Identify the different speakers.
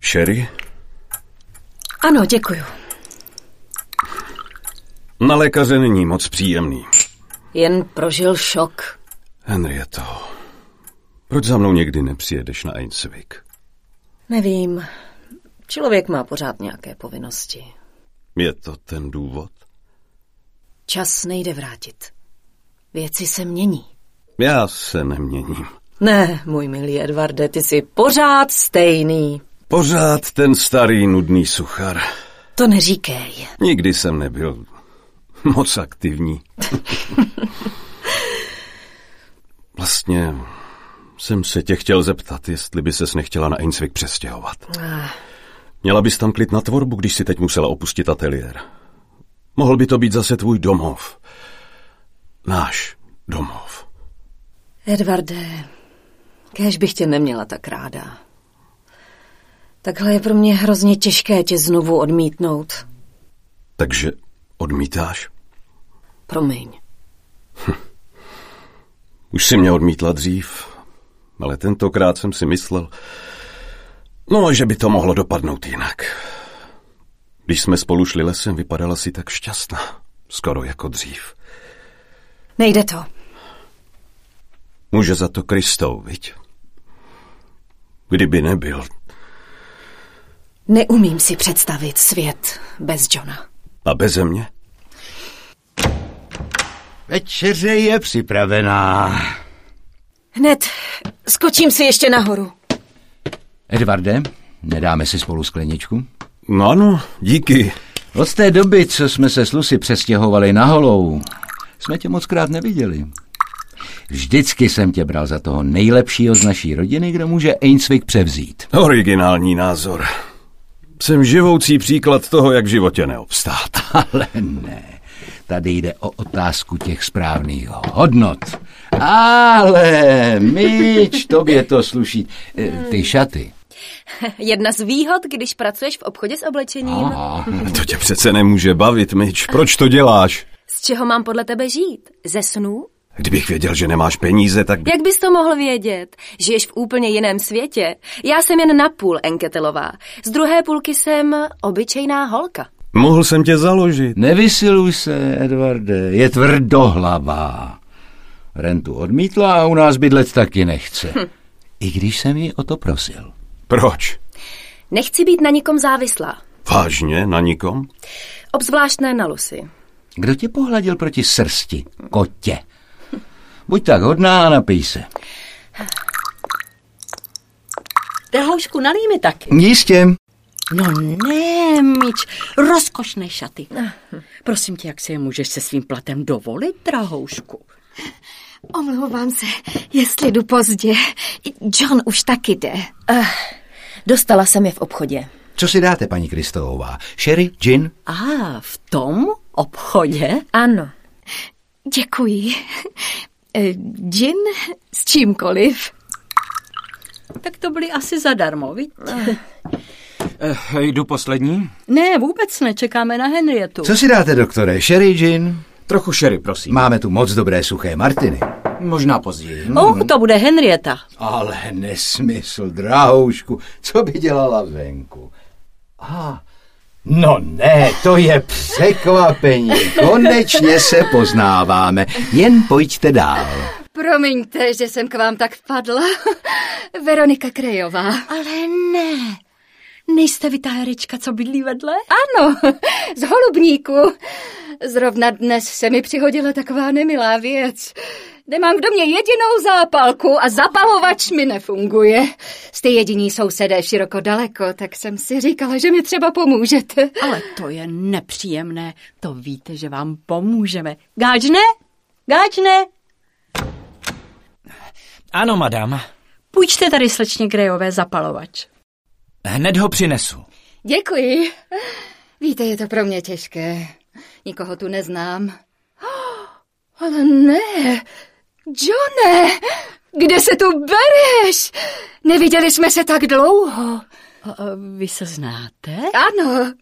Speaker 1: Sherry?
Speaker 2: Ano, děkuju.
Speaker 1: Na lékaře není moc příjemný.
Speaker 2: Jen prožil šok.
Speaker 1: Henrieto, proč za mnou někdy nepřijedeš na Einswick?
Speaker 2: Nevím. Člověk má pořád nějaké povinnosti.
Speaker 1: Je to ten důvod?
Speaker 2: Čas nejde vrátit. Věci se mění.
Speaker 1: Já se neměním.
Speaker 2: Ne, můj milý Edvarde, ty jsi pořád stejný.
Speaker 1: Pořád ten starý nudný suchar.
Speaker 2: To neříkej.
Speaker 1: Nikdy jsem nebyl moc aktivní. vlastně jsem se tě chtěl zeptat, jestli by ses nechtěla na Einswick přestěhovat.
Speaker 2: Ah,
Speaker 1: Měla bys tam klid na tvorbu, když si teď musela opustit ateliér. Mohl by to být zase tvůj domov. Náš domov.
Speaker 2: Edvarde, kéž bych tě neměla tak ráda. Takhle je pro mě hrozně těžké tě znovu odmítnout.
Speaker 1: Takže odmítáš?
Speaker 2: Promiň.
Speaker 1: Už si mě odmítla dřív, ale tentokrát jsem si myslel, no, že by to mohlo dopadnout jinak. Když jsme spolu šli lesem, vypadala si tak šťastná, skoro jako dřív.
Speaker 2: Nejde to.
Speaker 1: Může za to Kristou, viď? Kdyby nebyl,
Speaker 2: Neumím si představit svět bez Johna.
Speaker 1: a beze mě?
Speaker 3: Večeře je připravená.
Speaker 2: Hned skočím si ještě nahoru.
Speaker 3: Edvarde, nedáme si spolu skleničku?
Speaker 1: No ano, díky.
Speaker 3: Od té doby, co jsme se s Lucy přestěhovali na holou, jsme tě moc krát neviděli. Vždycky jsem tě bral za toho nejlepšího z naší rodiny, kdo může Ainswick převzít.
Speaker 1: Originální názor. Jsem živoucí příklad toho, jak v životě neobstát.
Speaker 3: Ale ne, tady jde o otázku těch správných hodnot. Ale, Míč, tobě to sluší. E, Ty šaty.
Speaker 4: Jedna z výhod, když pracuješ v obchodě s oblečením.
Speaker 3: Aha.
Speaker 1: To tě přece nemůže bavit, Mitch. Proč to děláš?
Speaker 4: Z čeho mám podle tebe žít? Ze snů?
Speaker 1: Kdybych věděl, že nemáš peníze, tak by...
Speaker 4: Jak bys to mohl vědět? Žiješ v úplně jiném světě. Já jsem jen napůl enketelová. Z druhé půlky jsem obyčejná holka.
Speaker 1: Mohl jsem tě založit.
Speaker 3: Nevysiluj se, Edvarde, je tvrdohlavá. Rentu odmítla a u nás bydlet taky nechce. I když jsem ji o to prosil.
Speaker 1: Proč?
Speaker 4: Nechci být na nikom závislá.
Speaker 1: Vážně? Na nikom?
Speaker 4: Obzvlášť ne na Lucy.
Speaker 3: Kdo tě pohladil proti srsti, kotě? Buď tak hodná a napij se.
Speaker 5: Tehoušku, nalij mi taky.
Speaker 3: Jistě.
Speaker 5: No ne, Mič, rozkošné šaty. Prosím tě, jak si je můžeš se svým platem dovolit, drahoušku?
Speaker 6: Omlouvám se, jestli jdu pozdě. John už taky jde.
Speaker 4: Dostala jsem je v obchodě.
Speaker 3: Co si dáte, paní Kristovová? Sherry, gin?
Speaker 5: A ah, v tom obchodě?
Speaker 4: Ano.
Speaker 6: Děkuji. Eh, Gin s čímkoliv.
Speaker 5: Tak to byly asi zadarmo, viď?
Speaker 7: Eh, jdu poslední?
Speaker 5: Ah. Ne, vůbec ne, čekáme na Henrietu.
Speaker 3: Co si dáte, doktore? Sherry, gin?
Speaker 7: Trochu šery, prosím.
Speaker 3: Máme tu moc dobré suché martiny.
Speaker 7: Možná později.
Speaker 5: Oh, to bude Henrieta.
Speaker 3: Ale nesmysl, drahoušku, co by dělala venku? A, no ne, to je překvapení. Konečně se poznáváme. Jen pojďte dál.
Speaker 6: Promiňte, že jsem k vám tak vpadla. Veronika Krejová.
Speaker 5: Ale ne, nejste vy ta herečka, co bydlí vedle?
Speaker 6: Ano, z holubníku. Zrovna dnes se mi přihodila taková nemilá věc. Nemám v domě jedinou zápalku a zapalovač mi nefunguje. Jste jediní sousedé široko daleko, tak jsem si říkala, že mi třeba pomůžete.
Speaker 5: Ale to je nepříjemné. To víte, že vám pomůžeme. Gáč ne? Gáč ne?
Speaker 7: Ano, madam.
Speaker 8: Půjčte tady slečně Grejové zapalovač.
Speaker 7: Hned ho přinesu.
Speaker 6: Děkuji. Víte, je to pro mě těžké. Nikoho tu neznám. Ale ne, Johne, kde se tu bereš? Neviděli jsme se tak dlouho.
Speaker 5: A, a Vy se znáte?
Speaker 6: Ano,